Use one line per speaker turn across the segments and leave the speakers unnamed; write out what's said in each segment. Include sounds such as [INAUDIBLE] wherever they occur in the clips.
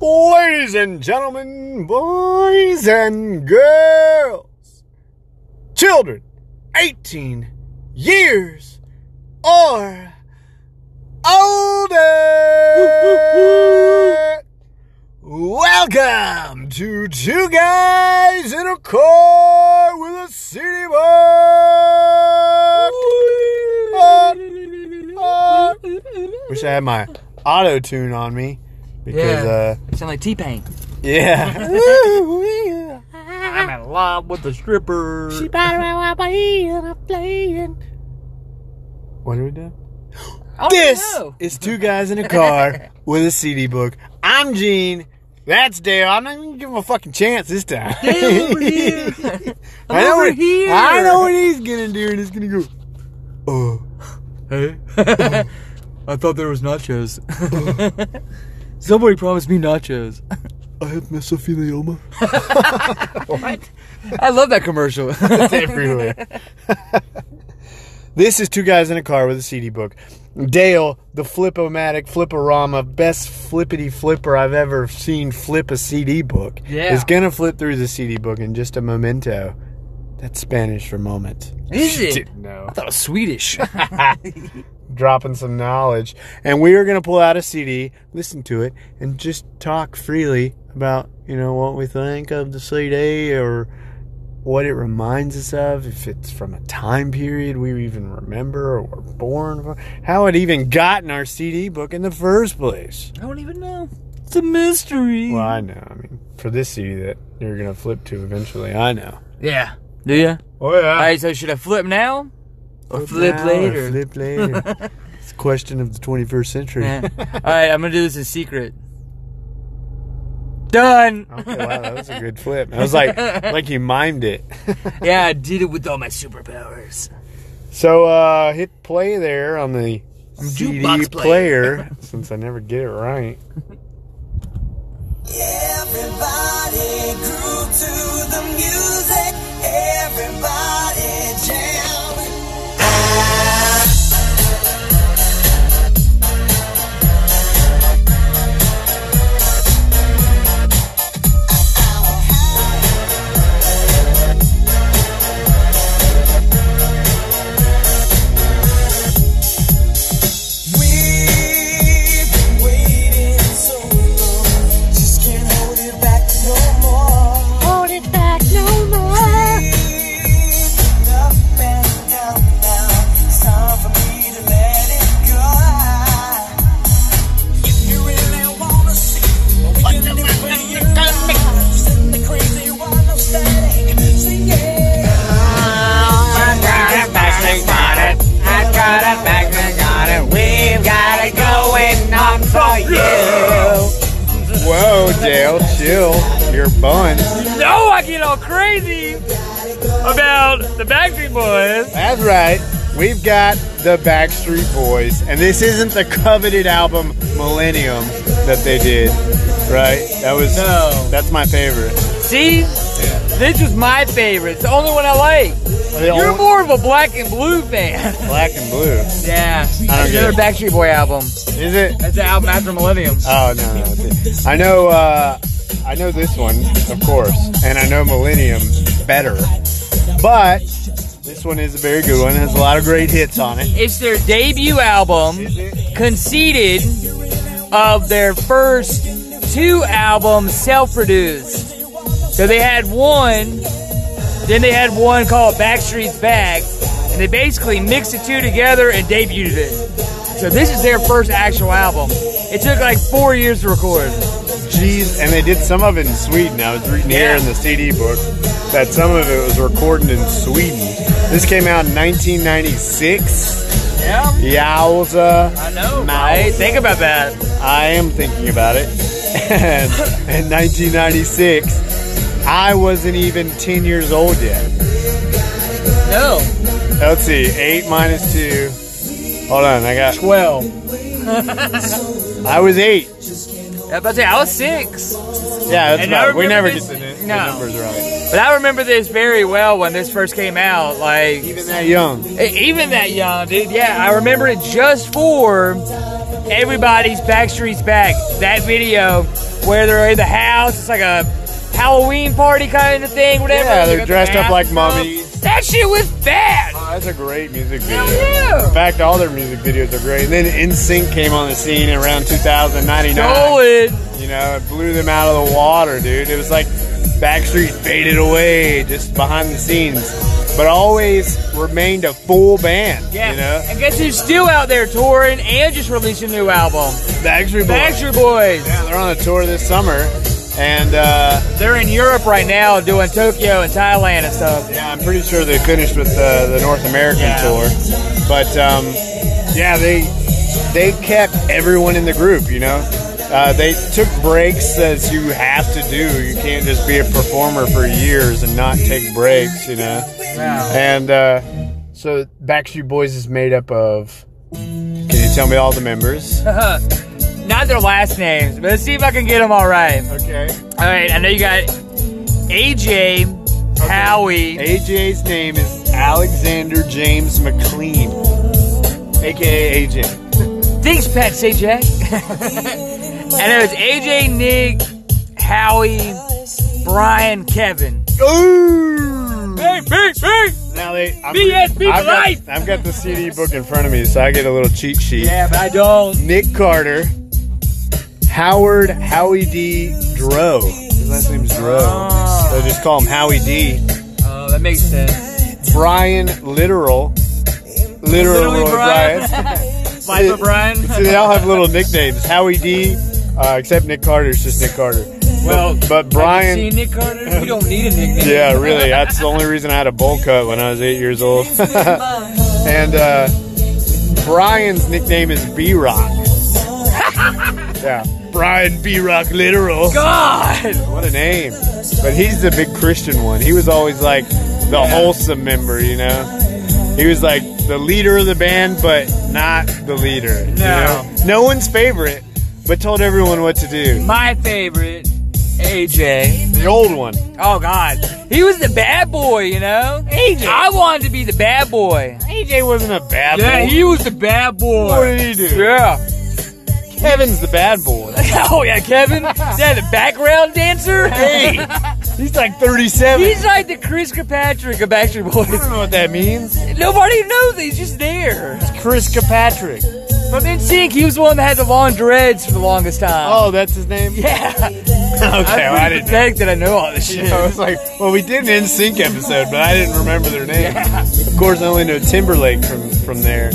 Ladies and gentlemen, boys and girls, children 18 years or older. Welcome to Two Guys in a Car with a City Bus. Wish I had my auto tune on me because,
yeah.
uh,
You sound like T Pain.
yeah.
I'm in love with the stripper.
What are we doing?
Oh, I don't
This
know.
is two guys in a car
[LAUGHS]
with a CD book. I'm Gene. That's Dale. I'm not even giving him a fucking chance this time.
Dale [LAUGHS]
[LAUGHS]
over here.
I know
over
what,
here.
I know what he's gonna do, and he's gonna go. Oh,
Hey. I thought there was nachos. [LAUGHS] Somebody promised me nachos.
I have mesothelioma.
What? I love that commercial. [LAUGHS]
It's [LAUGHS] everywhere. this is two guys in a car with a CD book. Dale, the flipomatic flipperama, best flippity flipper I've ever seen flip a CD book.
Yeah.
Is gonna flip through the CD book in just a momento. That's Spanish for moment.
Is
[LAUGHS]
it?
Didn't know.
I thought it was Swedish.
Dropping some knowledge. And we are gonna pull out a CD, listen to it, and just talk freely about, you know, what we think of the CD or what it reminds us of, if it's from a time period we even remember or were born from, how it even got in our CD book in the first place.
I don't even know. It's a mystery.
Well, I know. I mean, for this CD that you're going to flip to eventually, I know.
Yeah. Do ya?
Oh, yeah.
Alright, so should I flip now? Or flip,
now or
later?
flip
[LAUGHS]
later. it's a question of the 21st century.
Yeah. Alright, I'm gonna do this in secret. Done!
Okay, wow, that was a good flip. I was like, like you mimed it. [LAUGHS]
yeah, I did it with all my superpowers.
So uh, hit play there on the CD player, [LAUGHS]
jukebox player.
since I never get it right.
Everybody groove to the music. Everybody jam. We've been waiting so long, just can't hold it back no more.
hold it back no more.
Up and down now, it's time for me to let it go. If you really wanna see what we can do for you, just in the crazy wild, no static, sing it.
Whoa, Dale, chill. You're bun.
No, Oh, I get all crazy about the Backstreet Boys.
That's right. We've got the Backstreet Boys, and this isn't the coveted album Millennium that they did, right? That was
No.
That's my favorite.
See? This is my favorite. It's the only one I like.
The
You're
old
more of a black and blue fan.
black and blue.
[LAUGHS] yeah.
I don't
That's
get
another
it.
Backstreet Boy album.
Is it?
That's the album after Millennium.
Oh no, no, it's- I know. Uh, I know this one, of course, and I know Millennium better, but this one is a very good one. It has a lot of great hits on it.
It's their debut album, conceded of their first two albums self-produced. So they had one, then they had one called Backstreet's Back, and they basically mixed the two together and debuted it. So this is their first actual album. It took like four years to record.
Jeez, and they did some of it in Sweden. I was reading here
Yeah.
in the CD book that some of it was recorded in Sweden. This came out in 1996.
Yeah,
Yowza,
I know. Right? Think about that.
I am thinking about it. [LAUGHS] and in 1996, I wasn't even 10 years old yet.
No,
Let's see, eight minus two. Hold on, I got.
twelve.
I was eight.
I was about to say I was six.
Yeah, that's
And I
about. We never
remember
get
this-
the, the
no.
numbers right.
But I remember this very well when this first came out. Like
Even that young.
e- even that young dude, yeah, I remember it just for everybody's Backstreet's Back. That video where they're in the house, it's like a Halloween party kind of thing, whatever.
Yeah,
They
they're
got the
dressed up
masks
like
and
mummies.
stuff. That shit was bad.
Oh, that's a great music video.
Hell yeah.
In fact, all their music videos are great. And then NSYNC came on the scene around 2099.
Stole it.
You know, it blew them out of the water, dude. It was like Backstreet faded away just behind the scenes, but always remained a full band.
Yeah.
You know,
And guess who's still out there touring and just released a new album?
Backstreet Boys.
Backstreet Boys.
Yeah, they're on a tour this summer, and uh,
They're in Europe right now doing Tokyo and Thailand and stuff.
yeah, I'm pretty sure they finished with the, the North American
Yeah.
tour. But um, yeah, they they kept everyone in the group. You know, uh, they took breaks as you have to do. You can't just be a performer for years and not take breaks. You know.
Wow.
And uh, so Backstreet Boys is made up of. Can you tell me all the members?
[LAUGHS] Not their last names, but let's see if I can get them all right.
Okay.
All right, I know you got AJ, Howie.
AJ's name is Alexander James McLean, aka AJ.
Thanks, Pat [LAUGHS] CJ. I know it's AJ, Nick, Howie, Brian, Kevin.
Ooh!
Hey, big, big.
Now they. I'm,
BSB
I've,
life!
got, I've got the CD book in front of me, so I get a little cheat sheet.
Yeah, but I don't.
Nick Carter, Howard Howie D. Dro. His last name's Dro.
Ah.
So just call him Howie D.
Oh, that makes sense.
Brian Literal. Literal
Literally
Roy
Brian. [LAUGHS]
Brian.
Viper
[LAUGHS]
Brian.
See, they all have little nicknames. Howie D, uh, except Nick Carter. It's just Nick Carter.
[LAUGHS] Well,
but Brian.
See Nick Carter. You don't need a nickname.
Yeah, really. That's the only reason I had a bowl cut when I was eight years old. [LAUGHS] and uh, Brian's nickname is B Rock.
[LAUGHS]
yeah, Brian B Rock Literal.
God.
What a name. But he's the big Christian one. He was always like the wholesome member, you know? He was like the leader of the band, but not the leader. you
No.
know? No one's favorite, but told everyone what to do.
My favorite, AJ.
The old one.
Oh God, he was the bad boy. You know, AJ. I wanted to be the bad boy.
AJ wasn't a bad
Yeah,
boy.
he was the bad boy.
What did he do?
Yeah. [LAUGHS]
Kevin's the bad boy.
Oh yeah, Kevin. Is that a background
[LAUGHS]
dancer?
Hey, he's like 37.
He's like the Chris Kirkpatrick of Backstreet
I don't
Boys. [LAUGHS]
know what that means.
Nobody knows. He's just there.
Chris Kirkpatrick.
From NSYNC, he was the one that had the long dreads for the longest time.
Oh, that's his name?
[LAUGHS] yeah.
[LAUGHS] Okay, well, I didn't know.
I'm pretty [LAUGHS] pathetic that I know all this shit.
Yeah, I was like, well, we did an NSYNC episode, but I didn't remember their name. Of course, I only know Timberlake from, from there.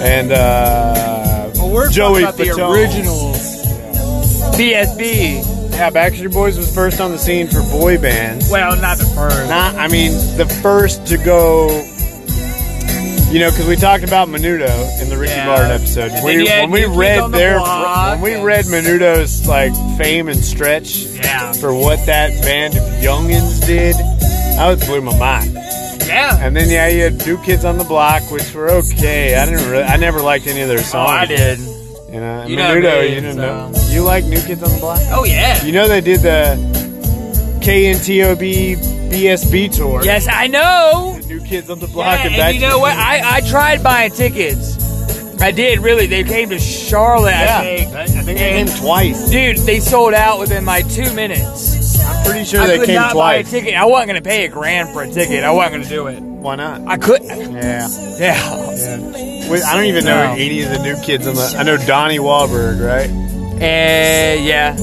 And, uh,
we're
Joey
talking about the
Fatone.
originals. BSB.
yeah, Backstreet Boys was first on the scene for boy bands.
Well, not the first.
Not, I mean, the first to go. You know, because we talked about Menudo in the Ricky
Yeah.
Martin episode.
And then
We,
you had
when we
New Kids
read
on the
their,
Block
when we
and-
read Menudo's like fame and stretch
Yeah.
for what that band of youngins did, I was blew my mind.
Yeah.
And then yeah, you had New Kids on the Block, which were okay. I didn't, really, I never liked any of their
Oh,
songs.
I did.
You know, and
You know
Menudo,
me,
you didn't
so-
know. You like New Kids on the Block?
Oh yeah.
You know they did the KNTOB BSB tour.
Yes, I know.
New Kids on the Block
Yeah,
and
and
back
you
to
know
the
what?
Future.
I, I tried buying tickets. I did really. They came to Charlotte,
Yeah.
I think.
I think they came twice.
Dude, they sold out within like two minutes.
I'm pretty sure
I
they
could
came
not
twice.
buy a ticket. I wasn't gonna pay a grand for a ticket. I wasn't gonna do it.
Why not?
I could. [LAUGHS]
Yeah.
Yeah.
Wait, I don't even know
No.
any of the new kids on the. I know Donnie Wahlberg, [LAUGHS] right?
And yeah,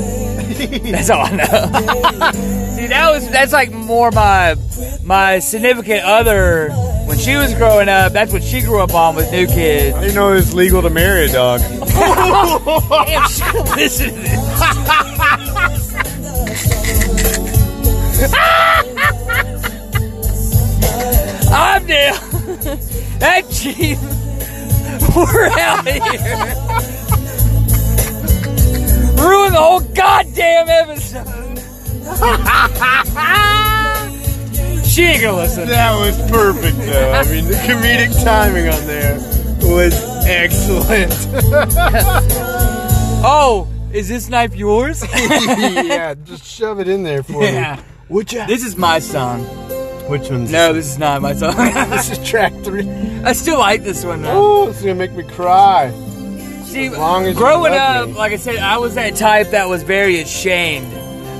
that's all I know. [LAUGHS] See, that was that's like more my my significant other when she was growing up. That's what she grew up on with New Kids.
I didn't know it was legal to marry a dog.
Damn, she don't listen to this. [LAUGHS] I'm down. [LAUGHS] That chief. [LAUGHS] We're out of here. Ruin the whole goddamn episode. [LAUGHS] she ain't gonna listen.
That was perfect, though. I mean, the comedic timing on there was excellent.
Oh, is this knife yours?
[LAUGHS]
[LAUGHS]
yeah, just shove it in there for
Yeah.
me. Would ya?
this is my song.
Which one's [LAUGHS]
No, this is not my song. [LAUGHS]
This is track three.
I still like this one though.
Oh, it's gonna make me cry.
See,
long as you
growing
love
up,
me.
like I said, I was that type that was very ashamed.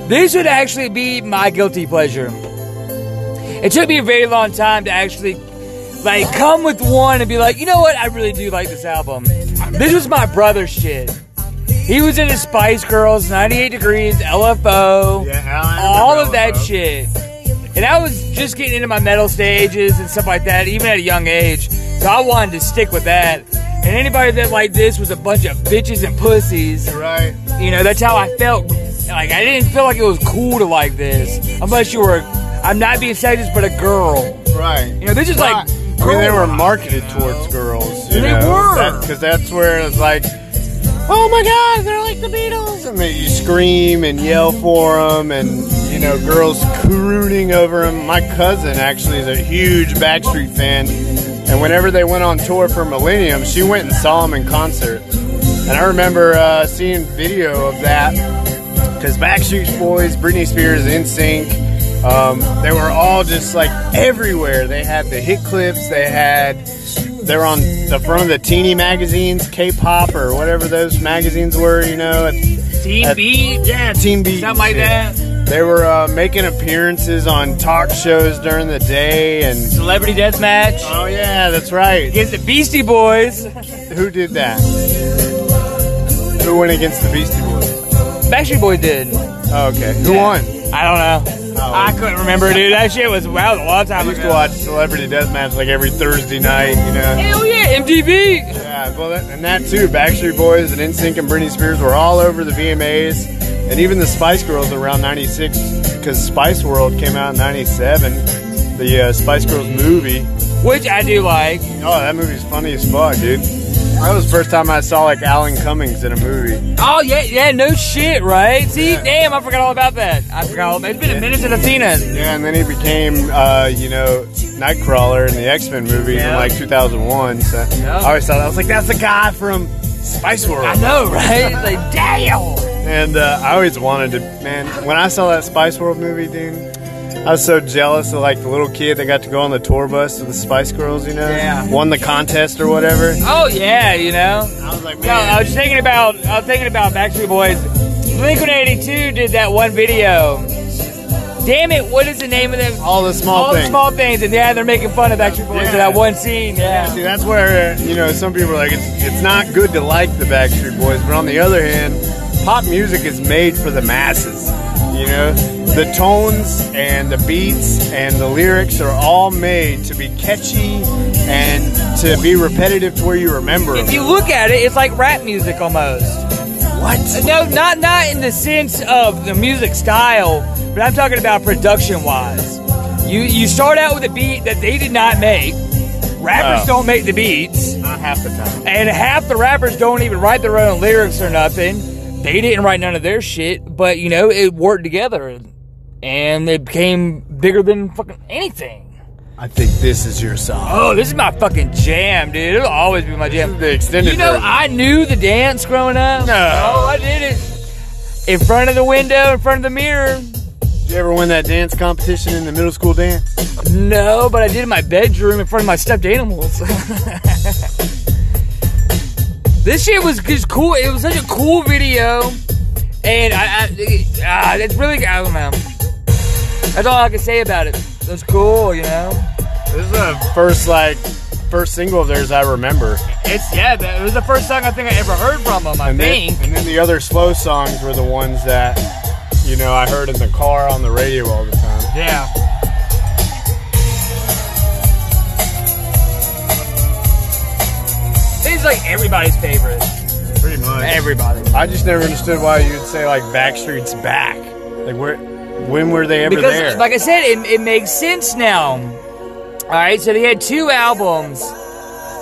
This would actually be my guilty pleasure. It took me a very long time to actually like come with one and be like, you know what, I really do like this album. This was my brother's shit. He was into Spice Girls, 98 Degrees, LFO, all of that shit. And I was just getting into my metal stages and stuff like that, even at a young age. So I wanted to stick with that. And anybody that like this was a bunch of bitches and pussies.
Right.
You know, that's how I felt. Like I didn't feel like it was cool to like this, unless you were. I'm not being sexist, but a girl.
Right.
You know, this is like.
I mean, they were
girl-
marketed towards girls. You
They
know?
were.
Because that's where it's like, oh my God, they're like the Beatles. And they, you scream and yell for them, and, you know, girls crooning over them. My cousin actually is a huge Backstreet fan. And whenever they went on tour for Millennium, she went and saw them in concert. And I remember uh, seeing video of that because Backstreet Boys, Britney Spears, NSYNC, um, they were all just like everywhere. They had the hit clips, they had, they're on the front of the teeny magazines, K-pop or whatever those magazines were, you know, at-
Team B, yeah,
Teen Beat,
something like
yeah.
that.
They were uh, making appearances on talk shows during the day, and
Celebrity Deathmatch.
oh yeah, that's right.
Against the Beastie Boys.
Who did that? Who went against the Beastie Boys?
Backstreet Boy did.
Oh, okay, who won?
I don't know.
Oh.
I couldn't remember, dude. That shit was, that was a long
I
time
used to
ago.
watch Celebrity Deathmatch like every Thursday night, you know.
Hell yeah, MTV.
Yeah, well, that, and that too. Backstreet Boys and NSYNC and Britney Spears were all over the VMAs, and even the Spice Girls around '96 because Spice World came out in '97. The uh, Spice Girls movie.
Which I do like.
Oh, that movie's funny as fuck, dude. That was the first time I saw like Alan Cummings in a movie.
Oh yeah, yeah, no shit, right? See, damn, I forgot all about that. I forgot all about. It's been a minute since I've seen it.
Yeah, and then he became, uh, you know, Nightcrawler in the X Men movies in
Yeah.
like 2001. So
Yeah.
I always thought I was like, that's the guy from Spice World.
I know, right? It's like, damn.
And uh, I always wanted to, man. When I saw that Spice World movie, dude, I was so jealous of like the little kid that got to go on the tour bus with the Spice Girls, you know,
Yeah.
won the contest or whatever.
Oh yeah, you know.
I was like,
No, I was thinking about. I was thinking about Backstreet Boys. Blink One Eighty Two did that one video. Damn it! What is the name of that?
all the small
all
things.
the small things, and yeah, they're making fun of Backstreet Boys for
Yeah.
that one scene.
See,
Yeah.
that's where you know some people are like, it's, it's not good to like the Backstreet Boys, but on the other hand, pop music is made for the masses. You know, the tones and the beats and the lyrics are all made to be catchy and to be repetitive to where you remember them.
If you look at it, it's like rap music almost.
what?
No, not not in the sense of the music style, but I'm talking about production wise. You you start out with a beat that they did not make. Rappers
Oh.
don't make the beats,
Not half the time.
and half the rappers don't even write their own lyrics or nothing. They didn't write none of their shit, but you know it worked together, and it became bigger than fucking anything.
I think this is your song.
Oh, this is my fucking jam, dude. It'll always be my jam.
The extended
You [LAUGHS] know,
version.
I knew the dance growing up.
No.
Oh, I did it. In front of the window, in front of the mirror.
Did you ever win that dance competition in the middle school dance?
No, but I did in my bedroom in front of my stuffed animals. [LAUGHS] this shit was just cool. It was such a cool video. And I, I ah, it's really, I don't know. That's all I can say about it. That's cool, you know?
This is the first like first single of theirs I remember.
It's, yeah, that, it was the first song I think I ever heard from them, I
And then,
think.
and then the other slow songs were the ones that you know I heard in the car on the radio all the time.
Yeah. He's like everybody's favorite.
Pretty much.
Everybody.
I just never understood why you'd say like Backstreet's back. Like where when were they ever
Because,
there?
like I said, it, it makes sense now. All right, so they had two albums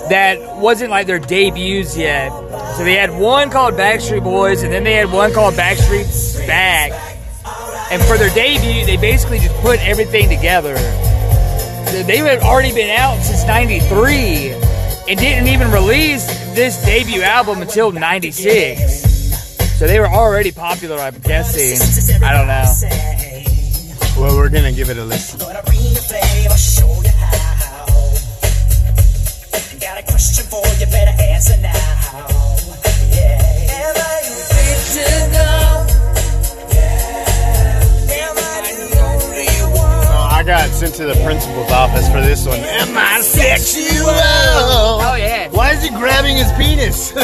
that wasn't like their debuts yet. So they had one called Backstreet Boys, and then they had one called Backstreet's Back. And for their debut, they basically just put everything together. So they had already been out since '93 and didn't even release this debut album until '96. So they were already popular, I'm guessing. I don't know.
well, we're gonna give it a listen.
Got a question for you, better answer now.
Uh, I got sent to the principal's office for this one. Am I sexual?
Oh yeah.
Why is he grabbing his penis? [LAUGHS]
God,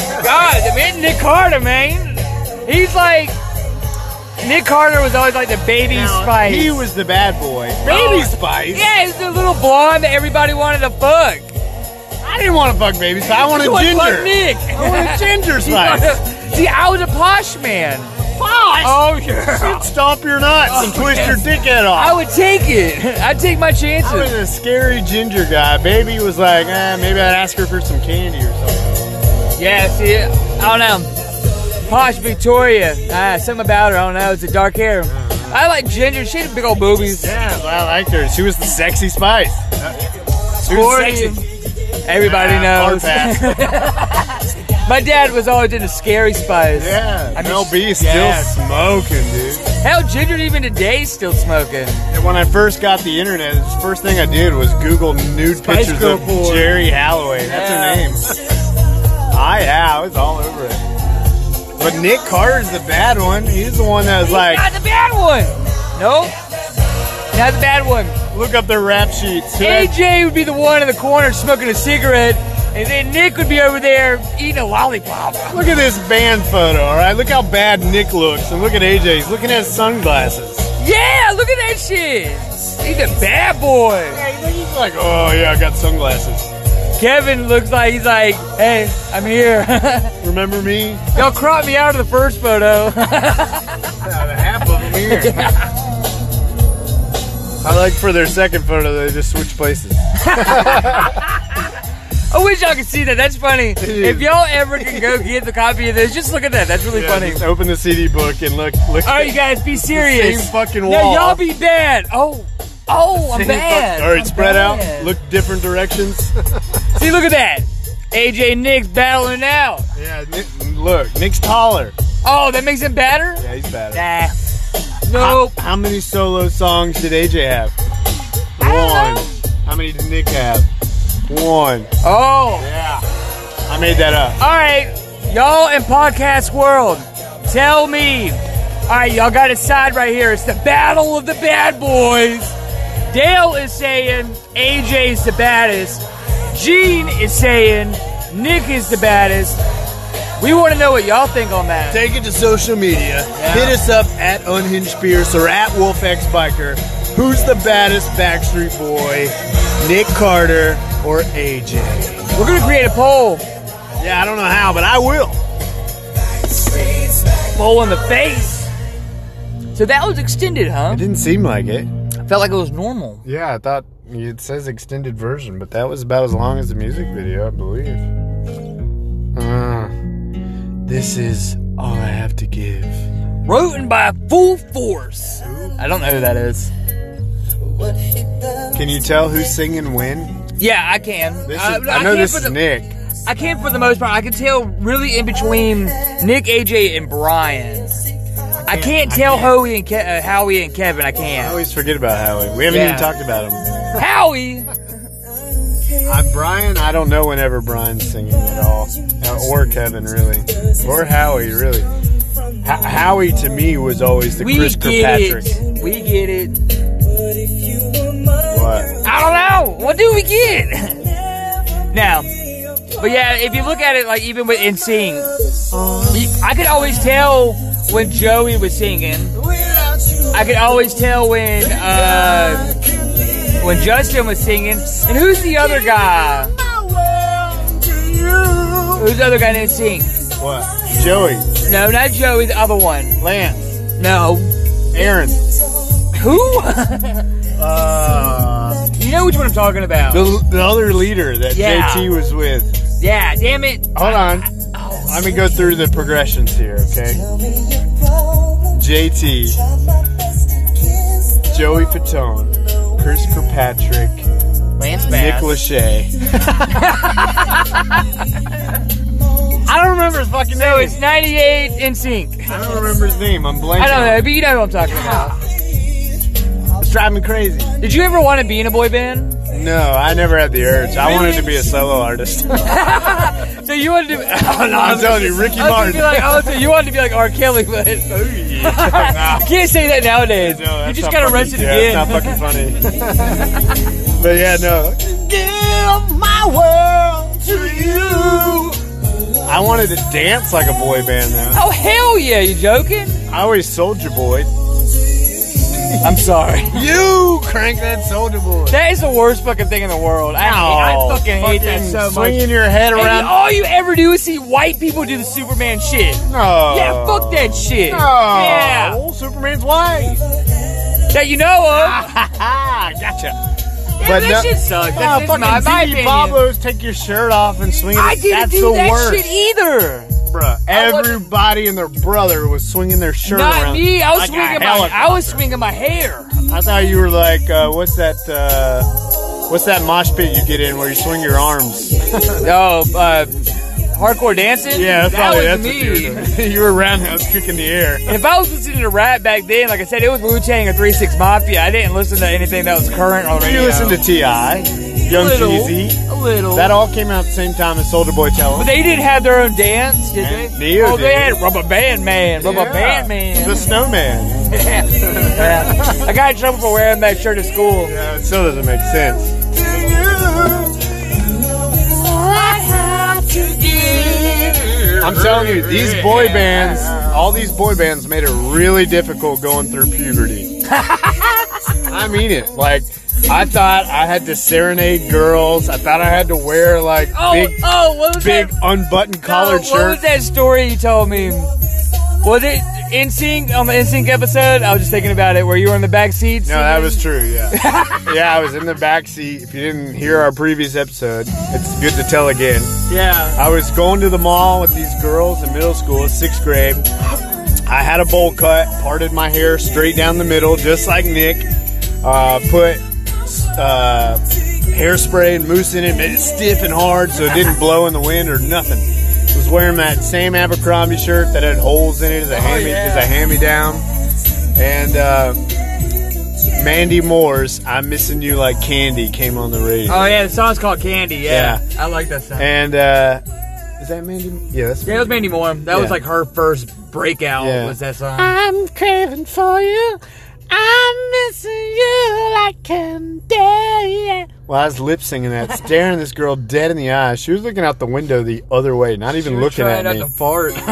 I mean, Nick Carter, man. He's like Nick Carter was always like the baby spice.
He was the bad boy. Baby
Oh.
Spice.
yeah, he's the little blonde that everybody wanted to fuck.
I didn't want to fuck Baby Spice. I wanted
You wanna
ginger.
fuck Nick.
I
[LAUGHS]
wanted ginger
You wanna-
spice.
See, I was a posh man. Posh? Oh yeah.
Stomp your nuts and
Oh,
twist
yes.
your dickhead
I
off.
would take it. [LAUGHS] I'd take my chances.
I was a scary ginger guy. Baby was like, eh, maybe I'd ask her for some candy or something.
Yeah, see, I don't know. Posh Victoria. Ah, something about her. I don't know. It's the dark hair.
Uh-huh.
I like ginger. She had big old boobies.
Yeah, but I liked her. She was the sexy spice. She was
Gorgeous.
sexy.
Everybody
Ah,
knows.
hard
[LAUGHS]
pass.
My dad was always into scary spice.
yeah.
I
I
mean,
Mel B is
yeah.
still smoking, dude.
Hell, ginger even today is still smoking.
And when I first got the internet, the first thing I did was Google nude
Spice
pictures
Girl
of
porn.
Jerry Halloway. That's her
Yeah.
name. I yeah, I was all over it. But Nick Carter's the bad one. He's the one that was like,
not the bad one. Nope. Not the bad one.
look up their rap sheets. Who had-
AJ would be the one in the corner smoking a cigarette, and then Nick would be over there eating a lollipop.
Look at this band photo, all right? Look how bad Nick looks, and look at AJ. He's looking at his sunglasses.
Yeah, look at that shit. He's a bad boy.
He's like, oh yeah, I got sunglasses.
Kevin looks like he's like, hey, I'm here. [LAUGHS]
Remember me?
Y'all cropped me out of the first photo. [LAUGHS]
half of them here. I like for their second photo, they just switch places.
I wish y'all could see that. That's funny. If y'all ever can go get the copy of this, just look at that. That's really
Yeah,
funny.
just open the CD book and look. Look.
All right, you guys, be serious.
Same fucking
No,
wall. [LAUGHS]
y'all be bad. Oh, oh, I'm bad.
All right,
I'm
spread
bad.
out. Look different directions. [LAUGHS]
See, look at that. AJ Nick's battling out.
yeah, Nick, look. Nick's taller.
Oh, that makes him better?
Yeah, he's better.
Nah.
How,
Nope.
how many solo songs did AJ have?
I don't know.
One. How many did Nick have? One.
Oh.
Yeah. I made that up.
All right, y'all in podcast world, tell me. All right, y'all got it side right here. It's the battle of the bad boys. Dale is saying AJ's the baddest. Gene is saying Nick is the baddest. We want to know what y'all think on that.
Take it to social media. Hit us up at Unhinged Pierce or at Wolf X Biker. Who's the baddest Backstreet Boy? Nick Carter or AJ?
We're gonna create a poll.
Yeah, I don't know how, but I will.
Poll in the face. So that was extended, huh?
didn't seem like it.
Felt like it was normal.
Yeah, I thought it says extended version, but that was about as long as the music video, I believe. Uh, this is all I have to give.
Roten by full force. I don't know who that is.
Can you tell who's singing when?
Yeah, I can.
This
Uh,
is, I, know
can't
this
put
is
the-
Nick.
I can for the most part. I can tell really in between Nick, AJ, and Brian. I can't tell Howie and Ke- uh, Howie and Kevin. I
I
can't.
always forget about Howie. We haven't
Yeah.
even talked about him.
Howie.
I, Brian, I don't know whenever Brian's singing at all, Uh, or Kevin really, or Howie really. H- Howie to me was always the
We
Chris
get
Kirkpatrick.
it. We get it.
What?
I don't know. What do we get? [LAUGHS] now, but yeah, if you look at it, like even with NSYNC, you- I could always tell when Joey was singing. I could always tell when uh, when Justin was singing. And who's the other guy? Who's the other guy didn't sing?
What? Joey,
No, not Joey, the other one.
Lance,
No.
Aaron,
Who? [LAUGHS]
uh,
you know which one I'm talking about.
the, the other leader that
Yeah.
JT was with.
yeah, damn it.
Hold on, let me go through the progressions here, okay? JT, Joey Fatone, Chris Kirkpatrick.
Lance
Nick
Bass.
Lachey.
I don't remember his fucking name. So it's 98 in sync.
I don't remember his name. I'm blanking.
I don't know, but you know who I'm talking about.
It's driving me crazy.
Did you ever want to be in a boy band?
No, I never had the urge. I wanted to be a solo
[LAUGHS]
artist. [LAUGHS]
So you wanted to. [LAUGHS] Be,
I'm telling you, Ricky
I was gonna
Martin. Oh,
be like, I was, you wanted to be like R. Kelly,
[LAUGHS]
but you can't say that nowadays.
No, that's
you just
not
got
fucking-
arrested
yeah,
again.
That's not fucking funny.
[LAUGHS]
but yeah, no. Give my world to you. I wanted to dance like a boy band now.
oh hell yeah! You joking?
I always soldier boy.
I'm sorry.
You crank that soldier boy.
That is the worst fucking thing in the world. I,
Oh,
I fucking hate that
fucking
so much.
Swinging your head
And
around.
all you ever do is see white people do the Superman shit.
no.
yeah, fuck that shit.
No.
Yeah,
Old Superman's wife. [LAUGHS]
that you know of.
Ha gotcha.
Yeah, that shit sucks.
Ah. No, Oh,
That's just
fucking
my,
Ziggy
my opinion.
Bobos take your shirt off and swing it.
I didn't
That's
do
the
that
worst.
shit either.
Bruh,
I wasn't-
everybody and their brother was swinging their shirt
Not
around.
me. I was
like a
swinging my.
helicopter.
I was swinging my hair.
I thought you were like, uh, what's that? Uh, what's that mosh pit you get in where you swing your arms?
No, uh, hardcore dancing.
Oh, Yeah, that's
that
probably
was
that's
me.
what you were doing. [LAUGHS] you were roundhouse kicking the air.
If I was listening to rap back then, like I said, it was Wu Tang or Three Six Mafia. I didn't listen to anything that was current already.
You listen to Ti, Young
little,
Jeezy.
a little.
That all came out at the same time as Soldier Boy
But
Challenge.
they didn't have their own dance, did they?
Neither
oh, they
did.
had Rubber Band Man, Rubber
Yeah.
Band
[LAUGHS]
Man. [LAUGHS]
The Snowman.
Yeah. I got in trouble for wearing that shirt to school.
Yeah, it still doesn't make sense. I'm telling you, these boy bands, all these boy bands made it really difficult going through
[LAUGHS]
puberty. I mean it. Like, I thought I had to serenade girls. I thought I had to wear, like,
Oh,
big,
oh, what was
big
that?
unbuttoned
No,
collared
What was
shirts.
that story you told me? Was it NSYNC on the NSYNC episode? I was just thinking about it, where you were in the back seats.
No, that was true,
[LAUGHS]
yeah. yeah, I was in the back seat. If you didn't hear our previous episode, it's good to tell again.
yeah.
I was going to the mall with these girls in middle school, sixth grade. I had a bowl cut, parted my hair straight down the middle, just like Nick. Uh, put uh, hairspray and mousse in it, made it stiff and hard so it didn't blow in the wind or nothing. Was wearing that same Abercrombie shirt that had holes in it as a hand me as a hand me down, and uh, Mandy Moore's "I'm Missing You Like Candy" came on the radio.
Oh yeah, the song's called Candy. Yeah, I like that song.
And uh, is that Mandy? Yeah, that's
yeah, it was Mandy Moore. That was
Yeah.
like her first breakout.
Yeah.
Was that song?
I'm craving for you. I'm missing you like candy.
Well, I was lip singing that, staring this girl dead in the eye. She was looking out the window the other way, not even looking at me.
fart. [LAUGHS]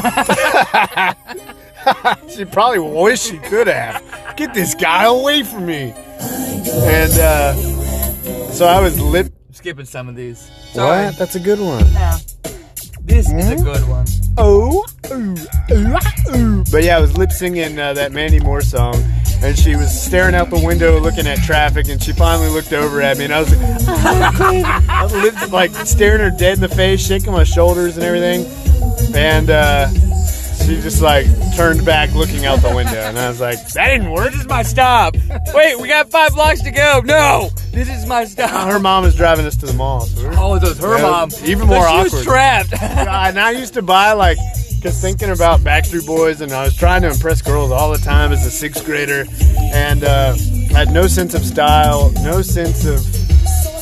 she probably wished she could have. Get this guy away from me. And uh, so I was lip.
Skipping some of these. Sorry.
What? That's a good one.
This is a
Hmm?
good one.
Oh, ooh, ooh, ah, ooh. But yeah, I was lip singing uh, that Mandy Moore song, and she was staring out the window looking at traffic, and she finally looked over at me, and I was like, "Oh, I was lip- like staring her dead in the face, shaking my shoulders and everything, and uh, she just like turned back, looking out the window, and I was like,
That didn't work. This is my stop. Wait, we got five blocks to go. No, this is my stop.
her mom is driving us to the mall. So we were-
Oh, it was her
Yeah,
mom.
even
So
more
she
awkward.
was [LAUGHS] trapped.
God, and I used to buy like, cause thinking about Backstreet Boys, and I was trying to impress girls all the time as a sixth grader, and uh, I had no sense of style, no sense of.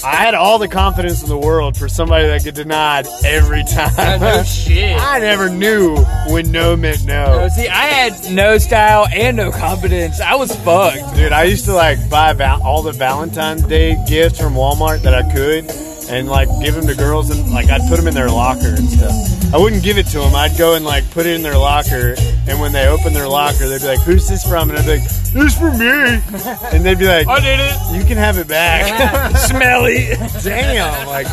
I had all the confidence in the world for somebody that get denied every [LAUGHS]
no
time.
shit.
I never knew when no meant
Oh,
no.
See, I had no style and no confidence. I was fucked.
Dude, I used to like buy val- all the Valentine's Day gifts from Walmart that I could, and like give them to girls, and like I'd put them in their locker and stuff. I wouldn't give it to them. I'd go and like put it in their locker, and when they open their locker, they'd be like, "Who's this from?" And I'd be like, "This for me," and they'd be like,
did it.
"You can have it back."
[LAUGHS] Smelly.
Damn, like.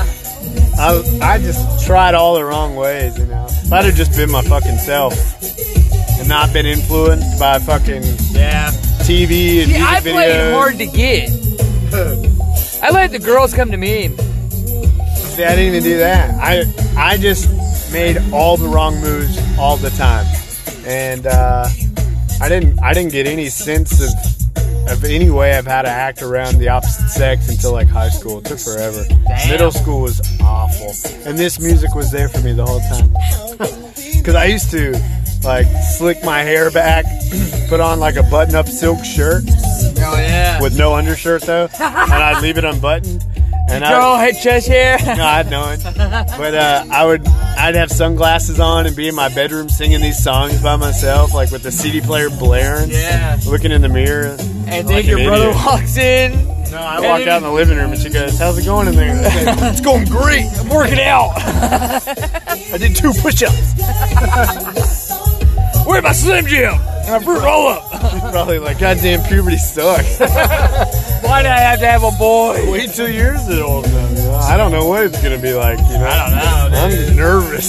I, I just tried all the wrong ways, you know. If I'd have just been my fucking self and not been influenced by fucking
Yeah.
TV and
See,
music
I
videos.
played hard to get. I let the girls come to me.
See, I didn't even do that. I I just made all the wrong moves all the time, and uh, I didn't I didn't get any sense of of any way of how to act around the opposite sex until like high school. It took forever. Middle school was awful, and this music was there for me the whole time. [LAUGHS] Because I used to like slick my hair back, [CLEARS THROAT] put on like a button up silk shirt
Oh yeah.
with no undershirt though, and I'd leave it unbuttoned. And And
[LAUGHS] Control
I,
head chest hair.
no, I had none. But uh, I would, I'd have sunglasses on and be in my bedroom singing these songs by myself, like with the CD player blaring,
Yeah.
looking in the mirror.
And
Like
then your
an
brother
idiot.
walks in.
No, I walked out in the living room and she goes, "How's it going in there?" And I said, it's going great.
I'm working out. [LAUGHS]
I did two push-ups.
Where's my Slim Jim? And my fruit roll up.
She's probably like, "Goddamn puberty sucks."
Why do I have to have a boy?
Wait two years at old enough. you know? I don't know what it's gonna be like. You know?
I don't know,
I'm just nervous.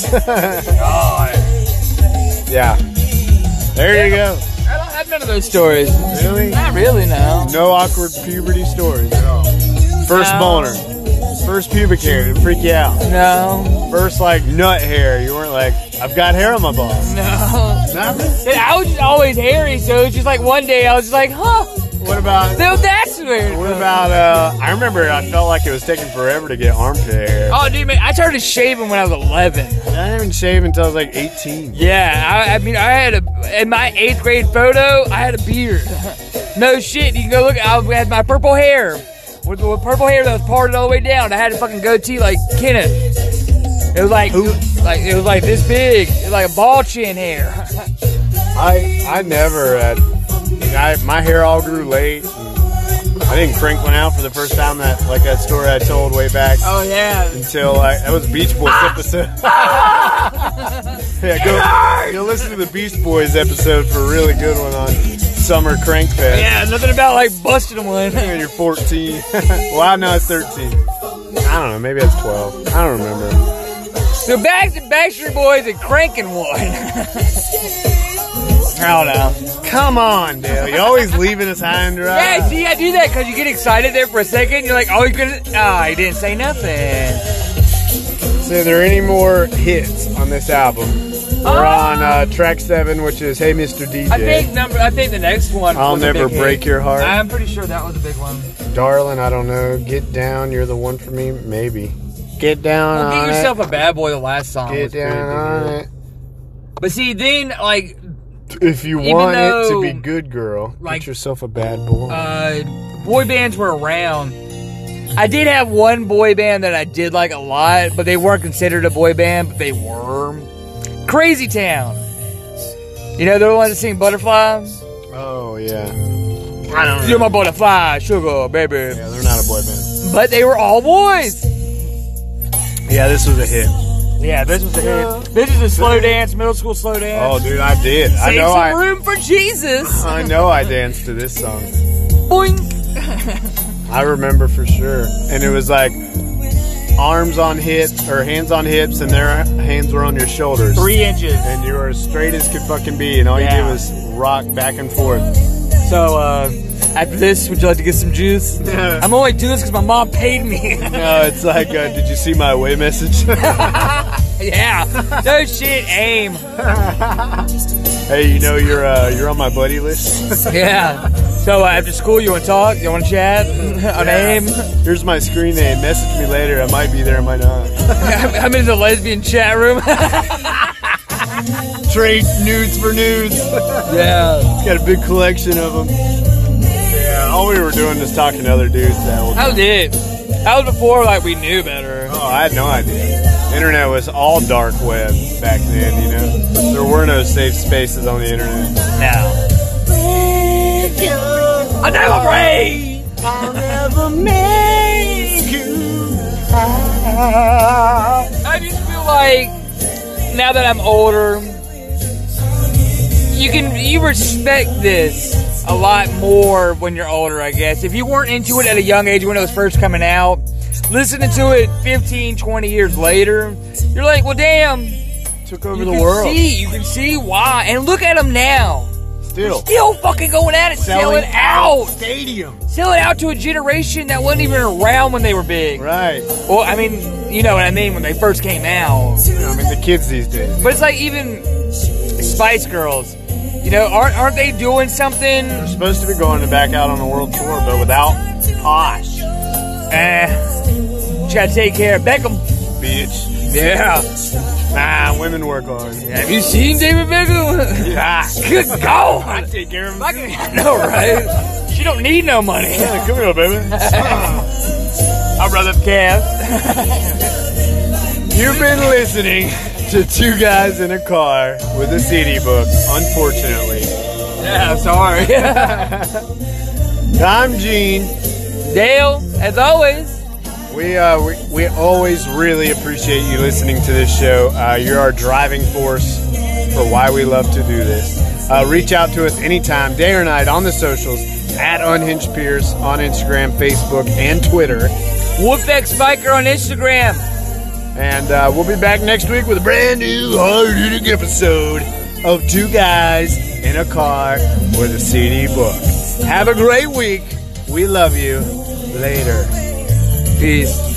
Yeah. There you go.
I don't have none of those stories.
Really?
Not really, no.
No awkward puberty stories at all. First
No.
boner. First pubic hair. It freak you out.
No.
First like nut hair. You weren't like, I've got hair on my balls.
No.
Nothing.
And I was just always hairy, so it's just like one day I was just like, huh,
What about?
th- that's weird.
What about? Uh, I remember I felt like it was taking forever to get armpit hair.
Oh, dude, man, I started shaving when I was 11.
I didn't even shave until I was like 18.
Yeah, I, I mean, I had a in my eighth grade photo, I had a beard. no shit, you can go look. I had my purple hair with, with purple hair that was parted all the way down. I had a fucking goatee like Kenneth. It was like like it was like this big, it was like a ball chin hair.
I I never had. I, my hair all grew late. and I didn't crank one out for the first time that like that story I told way back
Oh yeah.
until I that was Beach Boys
Ah!
episode. [LAUGHS] yeah, go, go listen to the Beach Boys episode for a really good one on summer crank fest.
Yeah, nothing about like busting one.
When you're 14. [LAUGHS] well, I know it's 13. I don't know. Maybe it's 12. I don't remember.
So back to Backstreet Boys and cranking [LAUGHS] one. I don't know.
Come on, Dale. You're always leaving us high and dry.
Yeah, see, I do that because you get excited there for a second. You're like, oh, you could. Ah, he didn't say nothing.
So, are there any more hits on this album? We're on uh, track seven, which is "Hey Mr. DJ."
I think number. I think the next one.
I'll
was a
never
big hit.
break your heart,
I'm pretty sure that was a big one.
darling. I don't know. Get down, you're the one for me. Maybe. Get down
Well,
on
get yourself a bad boy. The last song.
it.
was
Get
pretty
down on
big.
it.
But see, then like,
If you
Even
want it to
though,
be good, girl,
like,
get yourself a bad boy.
uh, boy bands were around. I did have one boy band that I did like a lot, but they weren't considered a boy band, but they were. Crazy Town. You know, they're the ones that sing Butterfly.
oh yeah.
You're my butterfly, sugar, baby.
Yeah, they're not a boy band.
But they were all boys.
Yeah, this was a hit.
Yeah, this was a hit. This is a slow dance, middle school slow dance.
Oh, dude, I did. I
Save
know.
some
I
room for Jesus.
I know. I danced to this song.
Boing.
I remember for sure. And it was like arms on hips or hands on hips, and their hands were on your shoulders.
Three inches.
And you were as straight as could fucking be, and all you
Yeah.
did was rock back and forth.
So, uh, after this, would you like to get some juice?
no,
I'm only doing this because my mom paid me. [LAUGHS]
it's like, uh, did you see my away message? [LAUGHS]
yeah. No shit, aim.
hey, you know you're uh, you're on my buddy list. [LAUGHS]
Yeah. So, uh, after school, you want to talk? You want to chat? [LAUGHS] On aim?
Here's my screen name. Message me later. I might be there. I might not. [LAUGHS]
I'm in the lesbian chat room. [LAUGHS]
Trade nudes for nudes. [LAUGHS]
yeah.
Got a big collection of them. Yeah, all we were doing was talking to other dudes that whole
That was it. That was before, like, we knew better.
Oh, I had no idea. Internet was all dark web back then, you know. There were no safe spaces on the internet.
Now. I never break! I just feel like now that I'm older, you can you respect this a lot more when you're older, I guess. If you weren't into it at a young age when it was first coming out, listening to it 15, 20 years later, you're like, well, damn, you
Took over
can
the world.
see, you can see why. And look at them now,
Still.
still fucking going at it, selling, out,
Stadium.
selling out to a generation that wasn't even around when they were big.
Right.
Well, I mean, you know what I mean when they first came out.
You know, I mean, the kids these days.
But it's like even Spice Girls, you know, aren't aren't they doing something?
They're supposed to be going to back out on the world tour, but without Posh,
Eh, you gotta take care of Beckham.
bitch.
Yeah.
Nah, women work hard.
Have you seen David Beckham?
Yeah.
[LAUGHS] Good
Ah, I
[LAUGHS] God!
take care of them.
Fucking- I know, right? She don't need no money.
Yeah, come here, baby. I
Our brother Kev.
You've been listening to two guys in a car with a CD book, unfortunately.
Yeah, [LAUGHS] sorry.
I'm Gene.
Dale, as always,
We, uh, we, we always really appreciate you listening to this show. Uh, you're our driving force for why we love to do this. Uh, reach out to us anytime, day or night, on the socials at Unhinged Pierce on Instagram, Facebook, and Twitter.
Wolfex Biker on Instagram.
And uh, we'll be back next week with a brand new hard hitting episode of Two Guys in a Car with a CD book. Have a great week. We love you. Later.
Peace.